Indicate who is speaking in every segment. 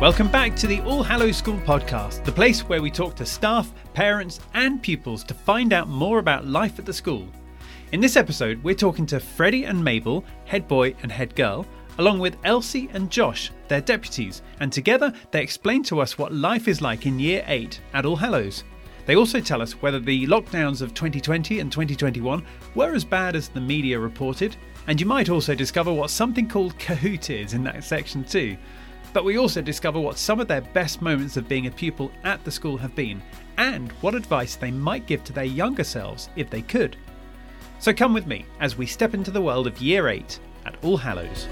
Speaker 1: Welcome back to the All Hallows School podcast, the place where we talk to staff, parents, and pupils to find out more about life at the school. In this episode, we're talking to Freddie and Mabel, head boy and head girl, along with Elsie and Josh, their deputies, and together they explain to us what life is like in year 8 at All Hallows. They also tell us whether the lockdowns of 2020 and 2021 were as bad as the media reported, and you might also discover what something called Kahoot is in that section too. But we also discover what some of their best moments of being a pupil at the school have been, and what advice they might give to their younger selves if they could. So come with me as we step into the world of Year 8 at All Hallows.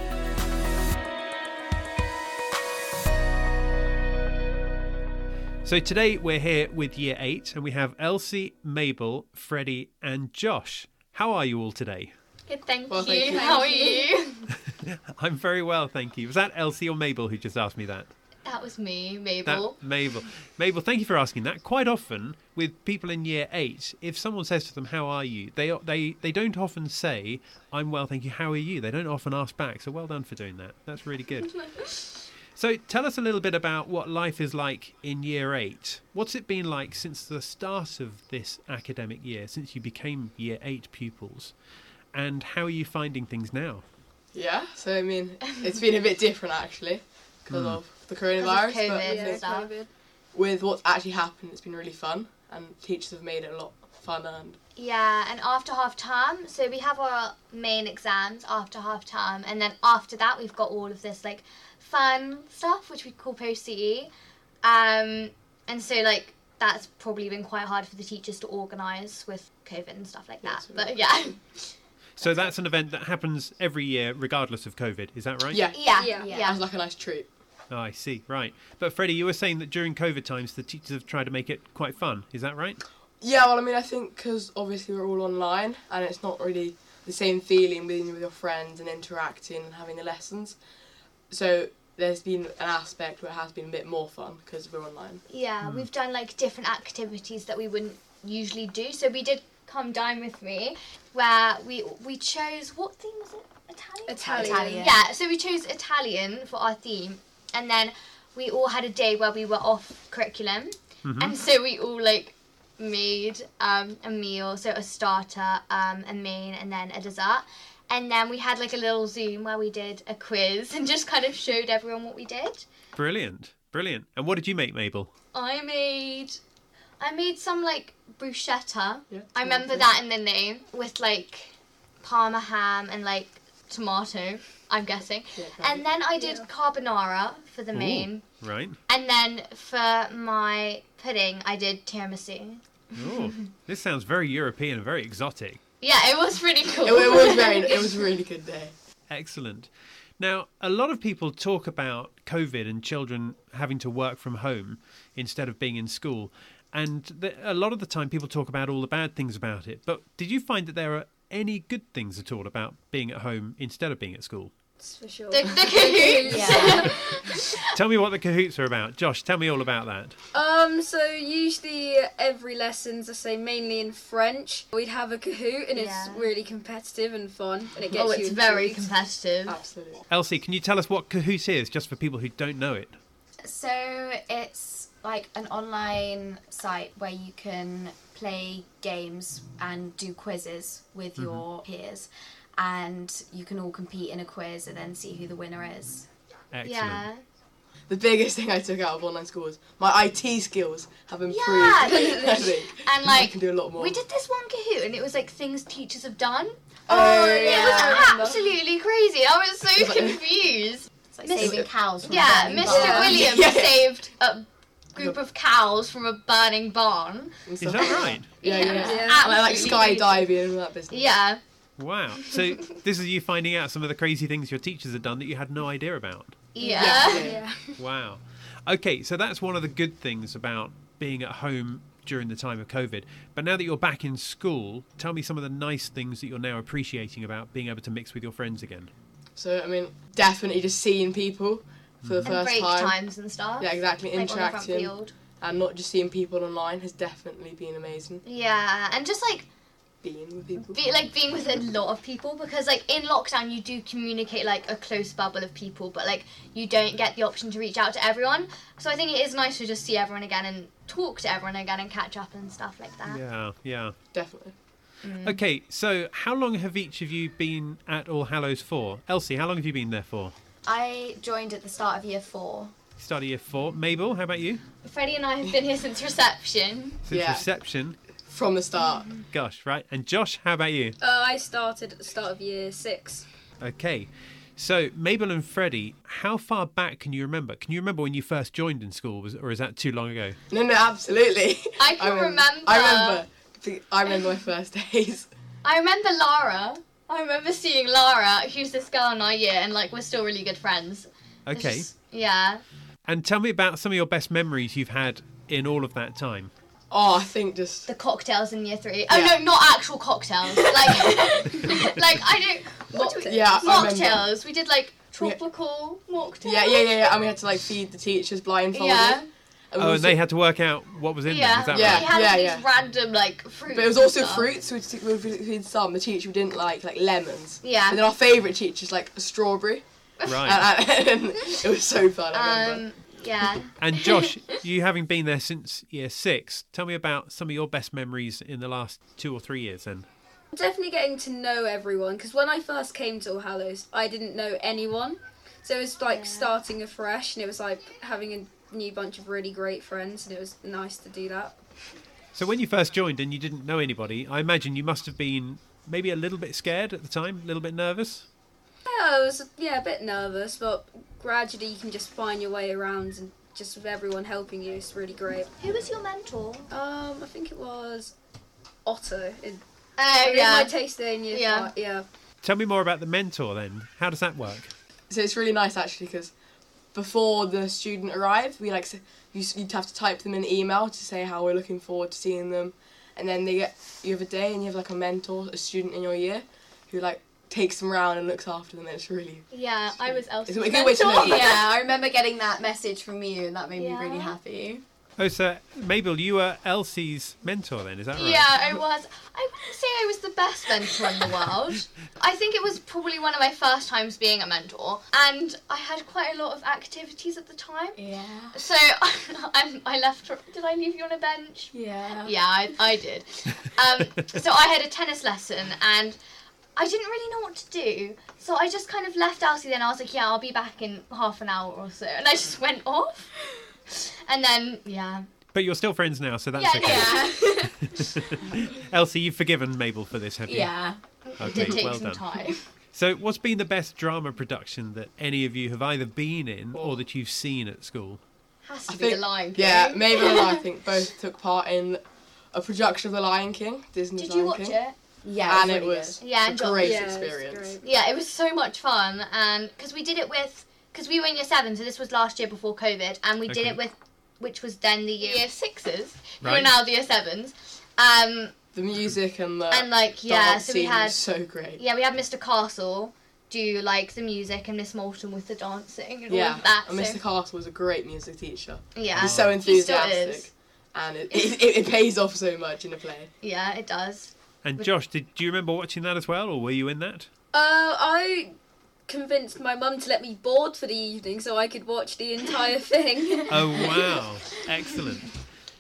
Speaker 1: So today we're here with Year 8 and we have Elsie, Mabel, Freddie, and Josh. How are you all today?
Speaker 2: Good, thank
Speaker 3: Well,
Speaker 2: you.
Speaker 3: thank you.
Speaker 2: How are you?
Speaker 1: I'm very well, thank you. Was that Elsie or Mabel who just asked me that?
Speaker 2: that was me,
Speaker 1: That
Speaker 2: Mabel.
Speaker 1: Mabel. Mabel, thank you for asking that. Quite often with people in year eight, if someone says to them, "How are you?" they they they don't often say, "I'm well, thank you. How are you?" They don't often ask back. So well done for doing that. That's really good. so tell us a little bit about what life is like in year eight. What's it been like since the start of this academic year, since you became year eight pupils, and how are you finding things now?
Speaker 3: Yeah, so I mean, it's been a bit different actually because of the coronavirus.
Speaker 2: Because of
Speaker 3: but
Speaker 2: COVID.
Speaker 3: I think
Speaker 2: stuff.
Speaker 3: with what's actually happened, it's been really fun, and teachers have made it a lot fun. And
Speaker 2: Yeah, and after half term, so we have our main exams after half term, and then after that, we've got all of this like fun stuff, which we call post CE. Um, and so, like, that's probably been quite hard for the teachers to organise with COVID and stuff like that.
Speaker 3: Yes,
Speaker 2: But yeah.
Speaker 1: So that's an event that happens every year, regardless of COVID. Is that right?
Speaker 3: yeah,
Speaker 2: yeah, yeah,
Speaker 4: Yeah.
Speaker 3: that was like a nice treat.
Speaker 1: Oh, I see. Right. But Freddie, you were saying that during COVID times, the teachers have tried to make it quite fun. Is that right?
Speaker 3: Yeah, well, I mean, I think because obviously we're all online, and it's not really the same feeling being with your friends and interacting and having the lessons. So there's been an aspect where it has been a bit more fun because we're online.
Speaker 2: Yeah, we've done like different activities that we wouldn't usually do. So we did come dine with me, where we we chose what theme was it? Italian.
Speaker 4: Italian. Italian.
Speaker 2: Yeah. So we chose Italian for our theme, and then we all had a day where we were off curriculum, and so we all like made um, a meal, so a starter, um, a main, and then a dessert. And then we had like a little Zoom where we did a quiz and just kind of showed everyone what we did.
Speaker 1: Brilliant. Brilliant. And what did you make, Mabel?
Speaker 2: I made I made some like bruschetta.
Speaker 3: Yeah,
Speaker 2: I remember that in the name with like parma ham and like tomato, I'm guessing.
Speaker 3: Yeah,
Speaker 2: and then I did carbonara for the main.
Speaker 1: Right.
Speaker 2: And then for my pudding, I did tiramisu.
Speaker 1: Oh, this sounds very European and very exotic.
Speaker 2: Yeah, it was pretty cool.
Speaker 3: It, it was very, it was a really good day.
Speaker 1: Excellent. Now, a lot of people talk about COVID and children having to work from home instead of being in school. And th a lot of the time, people talk about all the bad things about it. But did you find that there are any good things at all about being at home instead of being at school?
Speaker 4: That's for sure.
Speaker 2: the, the cahoots.
Speaker 4: Yeah.
Speaker 1: Tell me what the cahoots are about. Josh, tell me all about that.
Speaker 4: um, so usually every lessons, I say mainly in French, we'd have a Kahoot and
Speaker 2: Yeah.
Speaker 4: it's really competitive and fun and it gets
Speaker 2: Oh,
Speaker 4: you
Speaker 2: it's very
Speaker 4: intrigued.
Speaker 2: competitive.
Speaker 3: Absolutely.
Speaker 1: Elsie, can you tell us what Kahoot is, just for people who don't know it?
Speaker 5: So it's like an online site where you can play games and do quizzes with
Speaker 3: Mm-hmm.
Speaker 5: your peers, and you can all compete in a quiz and then see who the winner is.
Speaker 1: Excellent.
Speaker 2: Yeah.
Speaker 3: The biggest thing I took out of online school was my IT skills have improved.
Speaker 2: Yeah.
Speaker 3: I think.
Speaker 2: And
Speaker 3: I
Speaker 2: like
Speaker 3: can do a lot more.
Speaker 2: We did this one Kahoot, and it was like things teachers have done.
Speaker 3: Oh,
Speaker 2: It was absolutely crazy. I was so
Speaker 3: But-
Speaker 2: confused.
Speaker 5: It's like
Speaker 2: Miss-
Speaker 5: saving cows. From
Speaker 2: Yeah,
Speaker 5: a burning
Speaker 2: Mr.
Speaker 5: barn.
Speaker 2: Williams
Speaker 3: Yeah.
Speaker 2: saved a group of cows from a burning barn.
Speaker 3: And
Speaker 1: Is
Speaker 3: stuff
Speaker 1: that
Speaker 3: like
Speaker 1: right?
Speaker 3: Yeah, yeah.
Speaker 2: It was
Speaker 4: Yeah.
Speaker 3: And I like
Speaker 2: absolutely
Speaker 3: skydiving and all that business.
Speaker 2: crazy. Yeah.
Speaker 1: Wow. So this is you finding out some of the crazy things your teachers have done that you had no idea about.
Speaker 2: Yeah.
Speaker 4: Yeah.
Speaker 1: Wow. Okay, so that's one of the good things about being at home during the time of COVID. But now that you're back in school, tell me some of the nice things that you're now appreciating about being able to mix with your friends again.
Speaker 3: So I mean, definitely just seeing people for the
Speaker 2: And
Speaker 3: first
Speaker 2: break
Speaker 3: time.
Speaker 2: times and stuff.
Speaker 3: Yeah, exactly.
Speaker 2: Like on the front
Speaker 3: Interacting
Speaker 2: field.
Speaker 3: and not just seeing people online has definitely been amazing.
Speaker 2: Yeah, and just like
Speaker 3: being with people.
Speaker 2: Be, like being with a lot of people because like in lockdown you do communicate like a close bubble of people but like you don't get the option to reach out to everyone so i think it is nice to just see everyone again and talk to everyone again and catch up and stuff like that
Speaker 1: Yeah, yeah.
Speaker 3: Definitely.
Speaker 1: Okay, so how long have each of you been at All Hallows for? Elsie, how long have you been there for?
Speaker 5: I joined at the start of year four.
Speaker 1: Start of year four. Mabel, how about you?
Speaker 2: freddie and i have been here since reception
Speaker 1: Since
Speaker 3: Yeah.
Speaker 1: reception.
Speaker 3: From the start.
Speaker 1: Gosh, right. And Josh, how about you?
Speaker 4: Uh, I started at the start of year six.
Speaker 1: Okay. So Mabel and Freddie, how far back can you remember? Can you remember when you first joined in school, was, or is that too long ago?
Speaker 3: No, no, absolutely.
Speaker 2: I can
Speaker 3: remem-
Speaker 2: remember.
Speaker 3: I remember. the- I remember my first days.
Speaker 2: i remember lara i remember seeing lara who's this girl in our year and like we're still really good friends It's
Speaker 1: Okay.
Speaker 2: just- yeah
Speaker 1: And tell me about some of your best memories you've had in all of that time.
Speaker 3: Oh, I think just
Speaker 2: the cocktails in year three. Oh
Speaker 3: Yeah.
Speaker 2: no, not actual cocktails. Like, like I don't. What do we,
Speaker 3: Yeah, I remember.
Speaker 2: mocktails. We did like tropical mocktails.
Speaker 3: yeah, yeah, yeah, yeah. And we had to like feed the teachers blindfolded.
Speaker 2: Yeah,
Speaker 3: And we
Speaker 1: Oh,
Speaker 3: also-
Speaker 1: and they had to work out what was in them. Is that
Speaker 3: Yeah.
Speaker 1: right?
Speaker 2: We had
Speaker 3: Yeah,
Speaker 2: all these
Speaker 3: yeah.
Speaker 2: random like fruits.
Speaker 3: But it was also
Speaker 2: and stuff.
Speaker 3: fruits. We'd, stick- we'd feed some. The teacher didn't like like lemons.
Speaker 2: Yeah.
Speaker 3: And then our favourite teacher's like a strawberry.
Speaker 1: Right.
Speaker 3: And, and it was so fun. I remember.
Speaker 2: Um, yeah.
Speaker 1: And Josh, you having been there since year six, tell me about some of your best memories in the last two or three years. Then.
Speaker 4: I'm definitely getting to know everyone because when I first came to All Hallows, I didn't know anyone. So it was like starting afresh, and it was like having a new bunch of really great friends, and it was nice to do that.
Speaker 1: So when you first joined and you didn't know anybody, I imagine you must have been maybe a little bit scared at the time, a little bit nervous.
Speaker 4: Yeah, I was yeah a bit nervous, but gradually you can just find your way around, and just with everyone helping you, it's really great.
Speaker 5: Who was your
Speaker 2: Uh,
Speaker 5: mentor?
Speaker 4: Um, I think it was Otto in
Speaker 2: Oh
Speaker 4: yeah.
Speaker 2: yeah.
Speaker 4: my taste day in year
Speaker 2: Yeah.
Speaker 4: five. Yeah.
Speaker 1: Tell me more about the mentor then. How does that work?
Speaker 3: So it's really nice actually because before the student arrived, we like s- you, s- you'd have to type them an email to say how we're looking forward to seeing them, and then they get you have a day and you have like a mentor, a student in your year, who like takes them round and looks after them. And it's really
Speaker 2: Yeah, I was Elsie's
Speaker 3: Is it a good way to
Speaker 2: mentor.
Speaker 3: know?
Speaker 5: yeah, I remember getting that message from you, and that made me really
Speaker 2: Yeah.
Speaker 5: happy.
Speaker 1: Oh, so Mabel, you were Elsie's mentor then, is that right?
Speaker 2: Yeah, I was. I wouldn't say I was the best mentor in the world. I think it was probably one of my first times being a mentor, and I had quite a lot of activities at the time.
Speaker 5: Yeah.
Speaker 2: So I'm, I left. Did I leave you on a bench?
Speaker 5: Yeah.
Speaker 2: Yeah, I, I did. Um, so I had a tennis lesson and I didn't really know what to do. So I just kind of left Elsie then. I was like, yeah, I'll be back in half an hour or so. And I just went off. And then, yeah.
Speaker 1: But you're still friends now, so that's
Speaker 2: Yeah,
Speaker 1: okay.
Speaker 5: Yeah.
Speaker 1: Elsie, you've forgiven Mabel for this, have you?
Speaker 5: yeah.
Speaker 2: It did
Speaker 1: Okay,
Speaker 2: take
Speaker 1: well
Speaker 2: some
Speaker 1: done.
Speaker 2: time.
Speaker 1: So, what's been the best drama production that any of you have either been in or that you've seen at school?
Speaker 2: Has to
Speaker 3: I
Speaker 2: be
Speaker 3: think
Speaker 2: the Lion King.
Speaker 3: yeah Mabel and I think both took part in a production of The Lion King, Disney's
Speaker 2: Did
Speaker 3: Lion
Speaker 2: you watch
Speaker 3: King.
Speaker 2: it?
Speaker 5: Yeah.
Speaker 3: And it
Speaker 5: really
Speaker 3: was
Speaker 5: good.
Speaker 2: Yeah,
Speaker 3: a
Speaker 2: and John.
Speaker 3: great
Speaker 4: Yeah, it's
Speaker 3: experience.
Speaker 4: great.
Speaker 2: Yeah, it was so much fun, and because we did it with, because we were in year seven, so this was last year before COVID, and we did
Speaker 1: Okay.
Speaker 2: it with, which was then the year, sixes, who
Speaker 1: Right.
Speaker 2: are now the year sevens, um,
Speaker 3: The music and the
Speaker 2: and like yeah,
Speaker 3: dance
Speaker 2: so we
Speaker 3: scene
Speaker 2: had
Speaker 3: was so great.
Speaker 2: yeah we had Mr Castle do like the music and Miss Moulton with the dancing and all
Speaker 3: Yeah,
Speaker 2: of that.
Speaker 3: and Mr.
Speaker 2: so,
Speaker 3: Castle was a great music teacher.
Speaker 2: yeah,
Speaker 3: He's so
Speaker 2: He still
Speaker 3: enthusiastic,
Speaker 2: is.
Speaker 3: and it, it, it, it pays off so much in a play.
Speaker 2: yeah, it does.
Speaker 1: And
Speaker 2: With-
Speaker 1: Josh, did do you remember watching that as well, or were you in that?
Speaker 4: Uh, I convinced my mum to let me board for the evening so I could watch the entire thing.
Speaker 1: Oh wow, excellent.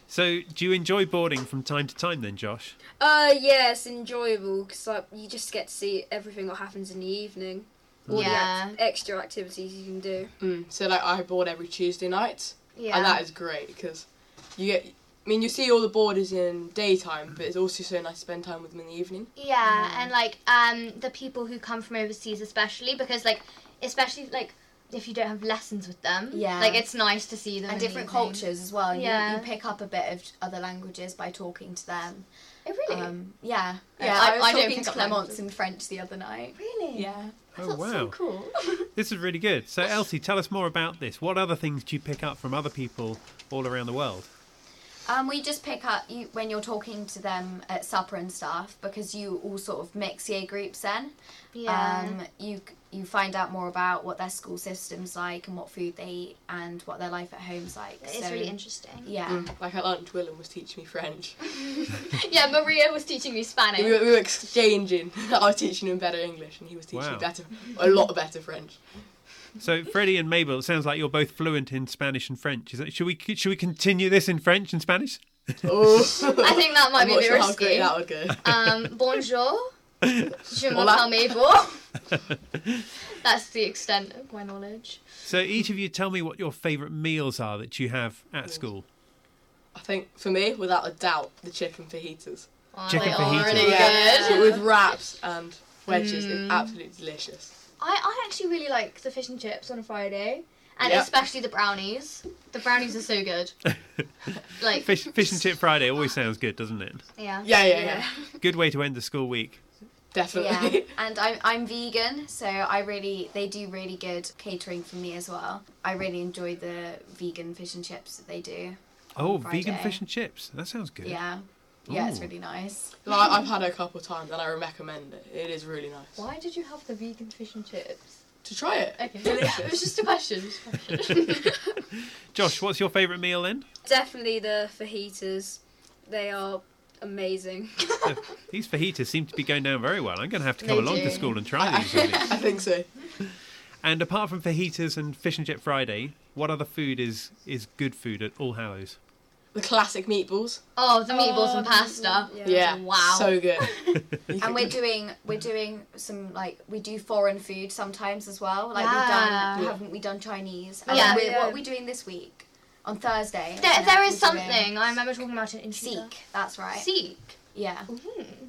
Speaker 1: So, do you enjoy boarding from time to time then, Josh?
Speaker 4: uh, yeah, it's enjoyable because like you just get to see everything that happens in the evening. All
Speaker 2: Yeah.
Speaker 4: the act- extra activities you can do.
Speaker 3: Mm. So like I board every Tuesday night,
Speaker 2: Yeah,
Speaker 3: and that is great because you get. I mean, you see all the boarders in daytime, but it's also so nice to spend time with them in the evening.
Speaker 2: Yeah,
Speaker 3: Mm.
Speaker 2: and like um the people who come from overseas especially because like especially like if you don't have lessons with them.
Speaker 5: Yeah.
Speaker 2: Like it's nice to see them. in
Speaker 5: And
Speaker 2: the
Speaker 5: different
Speaker 2: evening.
Speaker 5: cultures as well. Yeah.
Speaker 2: Yeah.
Speaker 5: You, you pick up a bit of other languages by talking to them.
Speaker 2: Oh really?
Speaker 5: Um, yeah.
Speaker 2: Yeah,
Speaker 5: I,
Speaker 2: I-
Speaker 5: was
Speaker 2: I don't
Speaker 5: talking
Speaker 2: pick
Speaker 5: to
Speaker 2: up
Speaker 5: Clemence
Speaker 2: languages.
Speaker 5: in French the other night.
Speaker 2: really?
Speaker 5: Yeah.
Speaker 1: Oh wow,
Speaker 5: cool.
Speaker 1: this is really good. So, Elsie, tell us more about this. What other things do you pick up from other people all around the world?
Speaker 5: Um, we just pick up you when you're talking to them at supper and stuff because you all sort of mix year groups then.
Speaker 2: Yeah.
Speaker 5: Um, you you find out more about what their school system's like and what food they eat and what their life at home's like.
Speaker 2: It's
Speaker 5: So,
Speaker 2: really interesting.
Speaker 5: Yeah.
Speaker 3: Like at lunch, Willem was teaching me French.
Speaker 2: Yeah, Maria was teaching me Spanish.
Speaker 3: We were, we were exchanging. I was teaching him better English, and he was teaching
Speaker 1: Wow.
Speaker 3: me better, a lot better French.
Speaker 5: Mm-hmm.
Speaker 1: So, Freddie and Mabel, it sounds like you're both fluent in Spanish and French. Is that, should we should we continue this in French and Spanish?
Speaker 3: Oh,
Speaker 2: I think that might
Speaker 3: I'm
Speaker 2: be a
Speaker 3: not
Speaker 2: bit
Speaker 3: sure how great
Speaker 2: risky.
Speaker 3: that would go.
Speaker 2: Um, bonjour. Je
Speaker 3: Hola.
Speaker 2: m'appelle Mabel. That's the extent of my knowledge.
Speaker 1: So, each of you tell me what your favourite meals are that you have at school.
Speaker 3: I think for me, without a doubt, the chicken fajitas.
Speaker 2: Oh,
Speaker 1: Chicken
Speaker 2: they are
Speaker 1: fajitas.
Speaker 2: really
Speaker 3: Yeah.
Speaker 2: good. Mm.
Speaker 3: with wraps and wedges is absolutely delicious.
Speaker 2: I, I actually really like the fish and chips on a Friday, and
Speaker 3: Yeah.
Speaker 2: especially the brownies. The brownies are so good. like,
Speaker 1: Fish, fish and chip Friday always sounds good, doesn't it?
Speaker 2: yeah.
Speaker 3: Yeah, yeah, yeah,
Speaker 5: Yeah.
Speaker 1: Good way to end the school week.
Speaker 5: Yeah,
Speaker 3: definitely.
Speaker 5: and I'm I'm vegan, so I really they do really good catering for me as well. I really enjoy the vegan fish and chips that they do.
Speaker 1: Oh,
Speaker 5: Friday.
Speaker 1: vegan fish and chips. That sounds good.
Speaker 5: Yeah, yeah, it's
Speaker 1: Ooh.
Speaker 5: really nice.
Speaker 3: Like, I've had it a couple times, and I recommend it. It is really nice.
Speaker 2: Why did you have the vegan fish and chips?
Speaker 3: To try it.
Speaker 2: Okay, it was just a question. just a question.
Speaker 1: Josh, what's your favourite meal then?
Speaker 4: Definitely the fajitas. They are amazing.
Speaker 1: These fajitas seem to be going down very well. I'm going to have to come
Speaker 2: They
Speaker 1: along to
Speaker 2: do.
Speaker 1: school and
Speaker 3: I,
Speaker 1: try these. really.
Speaker 3: I think so.
Speaker 1: and apart from fajitas and fish and chip Friday, what other food is is good food at All Hallows?
Speaker 3: The classic meatballs.
Speaker 2: oh, the meatballs and
Speaker 4: the
Speaker 2: pasta.
Speaker 4: meatballs,
Speaker 3: Yeah.
Speaker 2: Wow.
Speaker 3: So good.
Speaker 1: Oh,
Speaker 5: And we're doing we're doing some like we do foreign food sometimes as well. Like
Speaker 2: Yeah.
Speaker 5: we've done haven't we done Chinese? And
Speaker 2: Yeah.
Speaker 5: we're- What
Speaker 4: Yeah.
Speaker 5: are we doing this week on Thursday?
Speaker 2: There,
Speaker 5: isn't
Speaker 2: there
Speaker 5: it?
Speaker 2: is
Speaker 5: We're doing
Speaker 2: something I remember talking about it in
Speaker 5: Sikh. That's right.
Speaker 2: Seek.
Speaker 5: Yeah.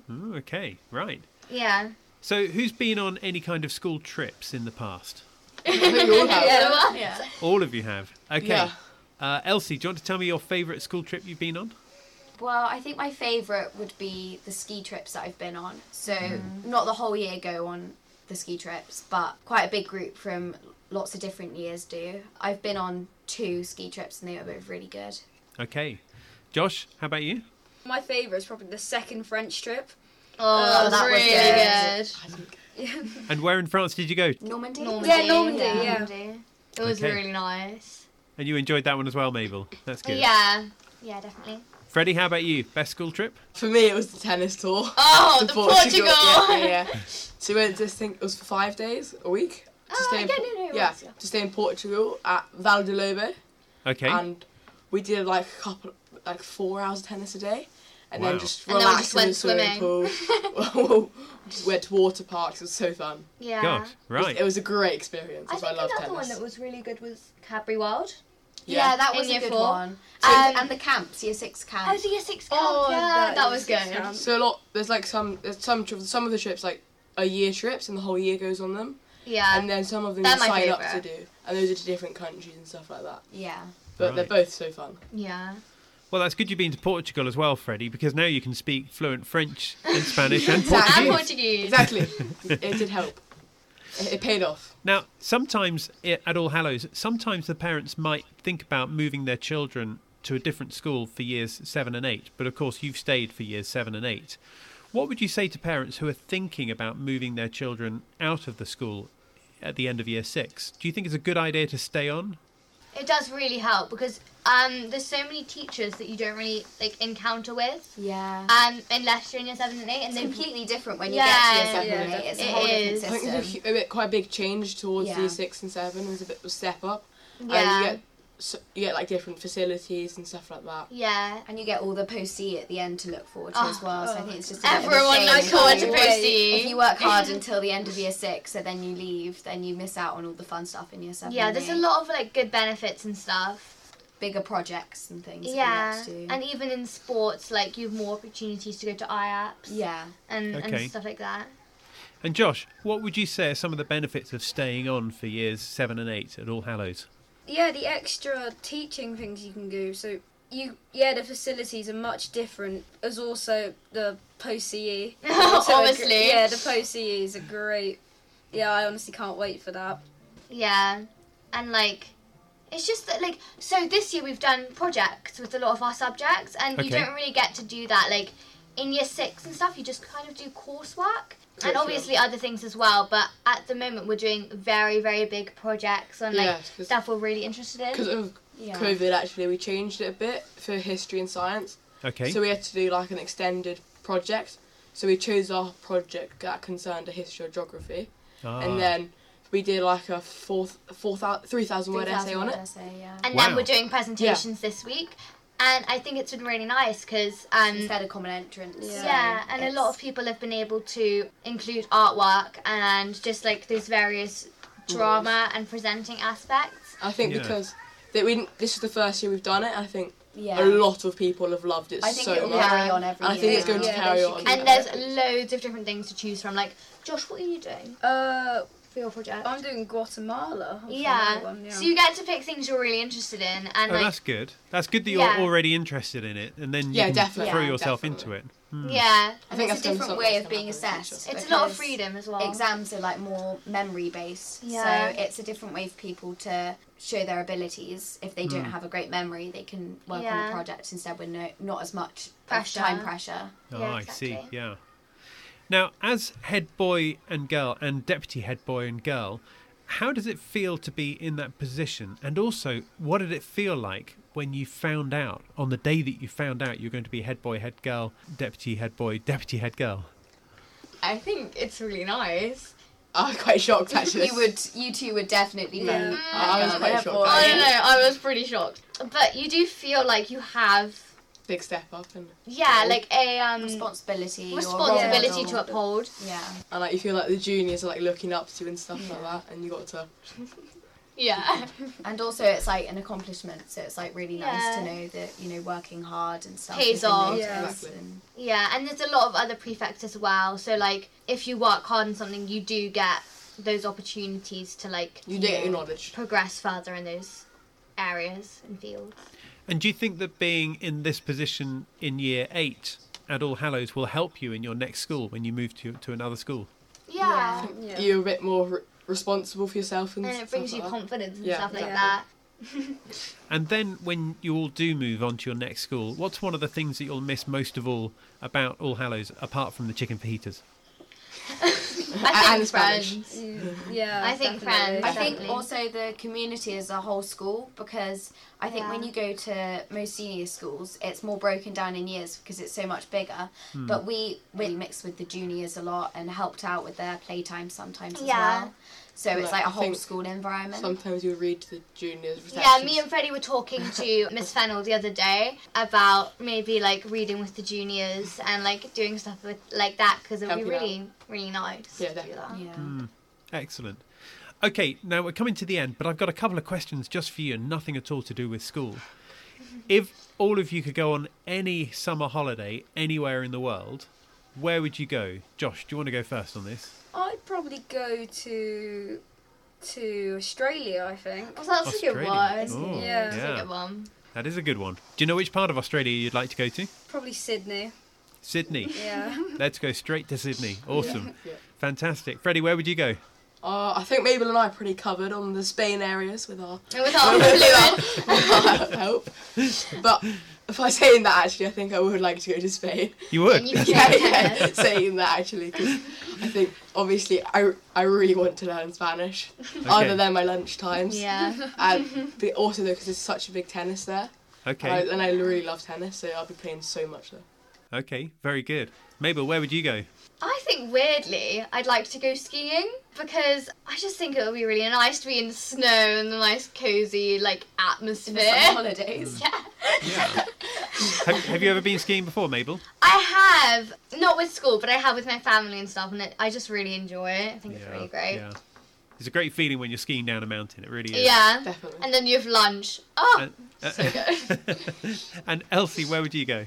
Speaker 1: Ooh, okay, right.
Speaker 2: Yeah.
Speaker 1: So, who's been on any kind of school trips in the past?
Speaker 3: I think we all have.
Speaker 2: Yeah.
Speaker 5: Yeah.
Speaker 1: All of you have. Okay.
Speaker 3: Yeah.
Speaker 1: Uh, Elsie, do you want to tell me your favourite school trip you've been on?
Speaker 5: Well, I think my favourite would be the ski trips that I've been on. So, not the whole year go on the ski trips, but quite a big group from lots of different years do. I've been on two ski trips and they were both really good.
Speaker 1: Okay. Josh, how about you?
Speaker 4: My favourite is probably the second French trip.
Speaker 2: Oh,
Speaker 5: Oh,
Speaker 2: that was
Speaker 5: that was
Speaker 2: really
Speaker 5: good.
Speaker 2: good.
Speaker 3: I think-
Speaker 2: Oh,
Speaker 1: And where in France did you go?
Speaker 5: Normandy?
Speaker 2: Normandy.
Speaker 4: Yeah, Normandy,
Speaker 5: yeah.
Speaker 4: yeah.
Speaker 2: It was
Speaker 1: Okay.
Speaker 2: really nice.
Speaker 1: And you enjoyed that one as well, Mabel. That's good.
Speaker 2: Yeah. Yeah, definitely.
Speaker 1: Freddie, how about you? Best school trip?
Speaker 3: For me, it was the tennis tour.
Speaker 2: Oh,
Speaker 3: To
Speaker 2: the Portugal.
Speaker 3: Yeah, yeah, yeah. So we went to, I think it was for five days, a week. To
Speaker 2: Oh,
Speaker 3: stay in
Speaker 2: yeah,
Speaker 3: Po-
Speaker 2: no, no, it
Speaker 3: yeah,
Speaker 2: was, yeah.
Speaker 3: to stay in Portugal at Val do Lobo.
Speaker 1: Okay.
Speaker 2: Um,
Speaker 3: and we did like a couple, like four hours of tennis a day, and
Speaker 1: Wow.
Speaker 3: then just
Speaker 2: And then we
Speaker 3: relaxed
Speaker 2: just
Speaker 3: in the
Speaker 2: went
Speaker 3: swimming pool. just went to water parks. It was so fun.
Speaker 2: Yeah.
Speaker 1: Gosh,
Speaker 3: It was-
Speaker 1: right.
Speaker 3: It was a great experience.
Speaker 2: I
Speaker 3: That's
Speaker 2: think
Speaker 3: why I
Speaker 2: another
Speaker 3: love tennis.
Speaker 2: one that was really good was Cadbury Wild.
Speaker 5: Yeah, that
Speaker 2: In
Speaker 5: was a
Speaker 2: year
Speaker 5: good
Speaker 2: four.
Speaker 5: one.
Speaker 2: Um,
Speaker 5: and, and the camps, year six camps.
Speaker 2: year six
Speaker 4: Oh,
Speaker 2: yeah,
Speaker 4: that
Speaker 2: that,
Speaker 4: is
Speaker 2: was
Speaker 4: six
Speaker 2: good.
Speaker 4: camp.
Speaker 3: So a lot. There's like some. There's some. tri- Some of the trips like a year trips, and the whole year goes on them.
Speaker 2: Yeah.
Speaker 3: and then some of them
Speaker 2: they're
Speaker 3: you
Speaker 2: my
Speaker 3: sign up to
Speaker 2: favourite.
Speaker 3: do, and those are to different countries and stuff like that.
Speaker 5: Yeah.
Speaker 3: But they're
Speaker 1: Right.
Speaker 3: both so fun.
Speaker 2: yeah.
Speaker 1: Well, that's good you've been to Portugal as well, Freddie, because now you can speak fluent French and Spanish and Portuguese.
Speaker 3: Exactly.
Speaker 2: And Portuguese.
Speaker 3: Exactly. it did help. It, it paid off.
Speaker 1: Now, sometimes i- at All Hallows, sometimes the parents might think about moving their children to a different school for years seven and eight, but of course you've stayed for years seven and eight. What would you say to parents who are thinking about moving their children out of the school at the end of year six? Do you think it's a good idea to stay on?
Speaker 2: It does really help because um, there's so many teachers that you don't really like encounter with
Speaker 5: Yeah.
Speaker 2: um, unless you're in your seven and eight, and
Speaker 5: it's
Speaker 2: they
Speaker 5: completely different when you
Speaker 2: Yeah,
Speaker 5: get to year seven
Speaker 4: yeah,
Speaker 5: and eight. It's a
Speaker 2: it
Speaker 5: whole
Speaker 2: is.
Speaker 3: I
Speaker 5: different
Speaker 3: think
Speaker 5: system.
Speaker 3: there's a, hu- a bit, quite a big change towards
Speaker 5: um, Yeah.
Speaker 3: year six and seven. There's a bit of a step up,
Speaker 2: Yeah.
Speaker 3: and you get so, you get like different facilities and stuff like that.
Speaker 2: yeah.
Speaker 5: And you get all the postee at the end to look forward to
Speaker 2: Oh,
Speaker 5: as well. So I think it's just a bit of a
Speaker 2: Everyone
Speaker 5: shame
Speaker 2: knows
Speaker 5: if
Speaker 2: how to
Speaker 5: you-
Speaker 2: proceed.
Speaker 5: If you work hard until the end of year six, and then you leave, then you miss out on all the fun stuff in year seven.
Speaker 2: yeah,
Speaker 5: and
Speaker 2: there's a
Speaker 5: eight.
Speaker 2: lot of like good benefits and stuff.
Speaker 5: bigger projects and things.
Speaker 2: yeah,
Speaker 5: that you get to do.
Speaker 2: and even in sports, like you have more opportunities to go to IAPS
Speaker 5: yeah.
Speaker 2: and,
Speaker 1: Okay.
Speaker 2: and stuff like that.
Speaker 1: And Josh, what would you say are some of the benefits of staying on for years seven and eight at All Hallows?
Speaker 4: Yeah, the extra teaching things you can do. So you, yeah, the facilities are much different. As also the post CE. E. Also a gr-
Speaker 2: Obviously.
Speaker 4: yeah, the post CE E is a great. Yeah, I honestly can't wait for that.
Speaker 2: Yeah, and like, it's just that like, so this year we've done projects with a lot of our subjects, and you
Speaker 1: Okay.
Speaker 2: don't really get to do that like in year six and stuff. You just kind of do coursework, and obviously other things as well. But at the moment, we're doing very, very big projects on like
Speaker 3: Yeah, 'cause-
Speaker 2: stuff we're really interested
Speaker 3: because
Speaker 2: in.
Speaker 3: of
Speaker 5: Yeah.
Speaker 3: COVID, actually, we changed it a bit for history and science.
Speaker 1: Okay.
Speaker 3: So we had to do like an extended project. So we chose our project that concerned a history or geography,
Speaker 1: Ah.
Speaker 3: and then we did like a four, four thousand, three thousand word essay on it.
Speaker 5: yeah.
Speaker 2: And
Speaker 1: Wow.
Speaker 2: then we're doing presentations this week. And I think it's been really nice because um,
Speaker 5: Instead of common entrance.
Speaker 4: Yeah.
Speaker 5: so
Speaker 2: Yeah, and a lot
Speaker 5: it's-
Speaker 2: of people have been able to include artwork and just like those various drama and presenting aspects.
Speaker 3: I think
Speaker 1: Yeah.
Speaker 3: because that we didn't- this is the first year we've done it. I think
Speaker 5: yeah.
Speaker 3: a lot of people have loved it
Speaker 5: I think
Speaker 3: so
Speaker 5: it will
Speaker 3: much.
Speaker 5: carry on every
Speaker 3: And I
Speaker 5: year.
Speaker 3: think it's going to
Speaker 4: Yeah, they
Speaker 3: carry
Speaker 4: should
Speaker 3: on.
Speaker 4: keep
Speaker 2: And there's loads of different things to choose from. Like, Josh, what are you doing
Speaker 4: Uh,
Speaker 2: for your project?
Speaker 4: I'm doing Guatemala. for
Speaker 2: yeah.
Speaker 4: that one, yeah.
Speaker 2: so you get to pick things you're really interested in, and
Speaker 1: Oh,
Speaker 2: like,
Speaker 1: that's good. That's good that you're
Speaker 2: Yeah.
Speaker 1: already interested in it, and then you
Speaker 3: Yeah,
Speaker 1: can
Speaker 3: definitely.
Speaker 1: throw
Speaker 5: Yeah,
Speaker 1: yourself
Speaker 3: definitely.
Speaker 1: into it.
Speaker 2: yeah,
Speaker 3: I think
Speaker 5: it's
Speaker 3: that's
Speaker 5: a
Speaker 3: gonna be
Speaker 5: different
Speaker 3: something
Speaker 5: way
Speaker 3: that's
Speaker 5: of
Speaker 3: gonna happen in
Speaker 5: being
Speaker 3: the
Speaker 5: assessed.
Speaker 3: future.
Speaker 2: it's a lot of
Speaker 5: Because
Speaker 2: freedom as well.
Speaker 5: Exams are like more memory based.
Speaker 2: Yeah.
Speaker 5: So it's a different way for people to show their abilities. If they
Speaker 3: Hmm.
Speaker 5: don't have a great memory, they can work on
Speaker 2: Yeah.
Speaker 5: a project instead with no, not as much of
Speaker 2: Pressure.
Speaker 5: time pressure.
Speaker 1: Oh,
Speaker 2: Yeah,
Speaker 1: I see.
Speaker 2: exactly.
Speaker 1: Yeah. Now, as head boy and girl, and deputy head boy and girl, how does it feel to be in that position? And also, what did it feel like when you found out on the day that you found out you're going to be head boy, head girl, deputy head boy, deputy head girl?
Speaker 2: I think it's really nice.
Speaker 3: I was quite shocked actually.
Speaker 5: You would, you two would definitely be.
Speaker 4: Yeah.
Speaker 3: I was
Speaker 5: girl,
Speaker 3: quite
Speaker 5: head
Speaker 3: shocked.
Speaker 5: boy.
Speaker 2: Oh, I don't know. I was pretty shocked, but you do feel like you have,
Speaker 3: big step up and,
Speaker 2: yeah, like a um,
Speaker 5: Responsibility. your
Speaker 2: responsibility
Speaker 5: role
Speaker 2: to
Speaker 5: model.
Speaker 2: uphold.
Speaker 5: Yeah.
Speaker 3: and like you feel like the juniors are like looking up to you and stuff like that, and you got to
Speaker 2: Yeah.
Speaker 5: And also, it's like an accomplishment, so it's like really nice to
Speaker 2: Yeah.
Speaker 5: know that you know working hard and stuff
Speaker 2: Pays
Speaker 5: is rewarded
Speaker 4: off. Yeah.
Speaker 3: Exactly.
Speaker 5: and-
Speaker 2: Yeah, and there's a lot of other prefects as well. So like if you work hard on something, you do get those opportunities to like
Speaker 3: you get
Speaker 5: Yeah.
Speaker 3: acknowledged.
Speaker 2: progress further in those areas and fields.
Speaker 1: And do you think that being in this position in year eight at All Hallows will help you in your next school when you move to, to another school?
Speaker 2: Yeah.
Speaker 4: Yeah.
Speaker 3: You're a bit more re- responsible for yourself and,
Speaker 2: And it brings you
Speaker 3: stuff like
Speaker 2: confidence and
Speaker 3: Yeah.
Speaker 2: stuff like
Speaker 4: Yeah.
Speaker 2: that.
Speaker 1: And then when you all do move on to your next school, what's one of the things that you'll miss most of all about All Hallows, apart from the chicken fajitas?
Speaker 2: I think
Speaker 3: and Spanish.
Speaker 2: friends.
Speaker 4: Mm, yeah.
Speaker 2: I think
Speaker 4: definitely.
Speaker 5: I
Speaker 2: friends.
Speaker 5: think
Speaker 2: Exactly.
Speaker 5: also the community as a whole school because I think
Speaker 2: Yeah.
Speaker 5: when you go to most senior schools, it's more broken down in years because it's so much bigger.
Speaker 3: Hmm.
Speaker 5: But we really mixed with the juniors a lot and helped out with their playtime sometimes
Speaker 2: Yeah.
Speaker 5: as well. So it's
Speaker 3: Like,
Speaker 5: like a
Speaker 3: I
Speaker 5: whole
Speaker 3: think
Speaker 5: school
Speaker 3: that.
Speaker 5: environment.
Speaker 3: Sometimes you read to the juniors.
Speaker 2: Yeah, me
Speaker 3: receptions.
Speaker 2: and Freddie were talking to Miss Fennell the other day about maybe like reading with the juniors and like doing stuff with like that because it would be
Speaker 3: Helping out.
Speaker 2: really, really nice.
Speaker 3: Yeah,
Speaker 2: to do that.
Speaker 5: yeah.
Speaker 1: Excellent. Okay, now we're coming to the end, but I've got a couple of questions just for you, and nothing at all to do with school. If all of you could go on any summer holiday anywhere in the world, where would you go? Josh, do you want to go first on this?
Speaker 4: I'd probably go to to Australia. I think.
Speaker 2: Well, that's a good
Speaker 1: Australia.
Speaker 2: one.
Speaker 1: Ooh,
Speaker 4: Yeah.
Speaker 2: That's a
Speaker 1: yeah.
Speaker 2: good one.
Speaker 1: That is a good one. Do you know which part of Australia you'd like to go to?
Speaker 4: Probably Sydney.
Speaker 1: Sydney.
Speaker 4: Yeah.
Speaker 1: Let's go straight to Sydney. Awesome.
Speaker 3: Yeah.
Speaker 1: Fantastic. Freddie, where would you go?
Speaker 3: Uh, I think Mabel and I are pretty covered on the Spain areas with our
Speaker 2: And with our fluid.
Speaker 3: help. But by saying that, actually, I think I would like to go to Spain.
Speaker 1: You would?
Speaker 2: And you can
Speaker 3: yeah,
Speaker 2: take
Speaker 3: yeah, saying that actually, 'cause I think obviously I, I really want to learn Spanish,
Speaker 1: Okay.
Speaker 3: other than my lunch times.
Speaker 2: Yeah.
Speaker 3: And but also though, because there's such a big tennis there,
Speaker 1: Okay.
Speaker 3: I, and I really love tennis, so I'll be playing so much there.
Speaker 1: Okay, very good. Mabel, where would you go?
Speaker 2: I think weirdly, I'd like to go skiing because I just think it would be really nice to be in the snow and the nice cozy like
Speaker 5: In
Speaker 3: Hmm.
Speaker 5: the summer
Speaker 2: atmosphere.
Speaker 5: holidays.
Speaker 1: Have, have you ever been skiing before, Mabel?
Speaker 2: I have not with school, but I have with my family and stuff, and it, I just really enjoy it. I think it's really great.
Speaker 1: Yeah. It's a great feeling when you're skiing down a mountain. It really is.
Speaker 2: Yeah.
Speaker 3: Definitely.
Speaker 2: And then you have lunch. Oh,
Speaker 1: And, uh,
Speaker 2: so good.
Speaker 1: and Elsie, where would you go?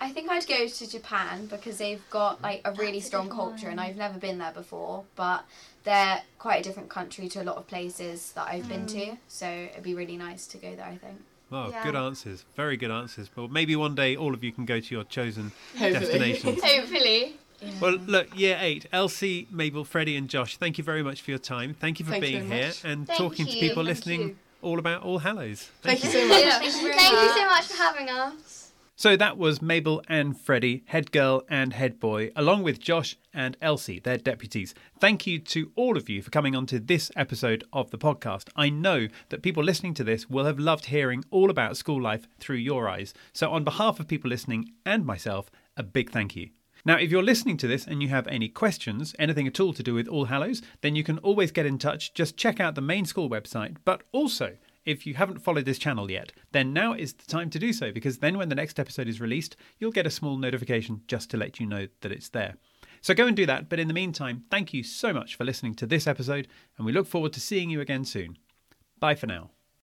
Speaker 5: I think I'd go to Japan because they've got like a really
Speaker 2: That's a
Speaker 5: strong
Speaker 2: good
Speaker 5: culture, and I've never been there before. But they're quite a different country to a lot of places that I've
Speaker 2: Hmm.
Speaker 5: been to, so it'd be really nice to go there. I think.
Speaker 1: Oh,
Speaker 2: Yeah.
Speaker 1: good answers. Very good answers. Well, maybe one day all of you can go to your chosen
Speaker 3: Hopefully.
Speaker 1: destinations.
Speaker 2: Hopefully.
Speaker 1: well, look, year eight. Elsie, Mabel, Freddie, and Josh, thank you very much for your time. Thank you for
Speaker 3: Thanks
Speaker 1: being
Speaker 3: very
Speaker 1: here
Speaker 3: much.
Speaker 1: and
Speaker 2: Thank
Speaker 1: talking to
Speaker 2: you.
Speaker 1: people
Speaker 2: Thank
Speaker 1: listening
Speaker 2: you.
Speaker 1: all about All Hallows.
Speaker 3: Thank you so much.
Speaker 4: Yeah.
Speaker 5: Thank you very
Speaker 2: Thank you
Speaker 5: much.
Speaker 2: so much for having us.
Speaker 1: So that was Mabel and Freddie, head girl and head boy, along with Josh and Elsie, their deputies. Thank you to all of you for coming on to this episode of the podcast. I know that people listening to this will have loved hearing all about school life through your eyes. So, on behalf of people listening and myself, a big thank you. Now, if you're listening to this and you have any questions, anything at all to do with All Hallows, then you can always get in touch. Just check out the main school website, but also if you haven't followed this channel yet, then now is the time to do so because then when the next episode is released, you'll get a small notification just to let you know that it's there. So go and do that, but in the meantime, thank you so much for listening to this episode, and we look forward to seeing you again soon. Bye for now.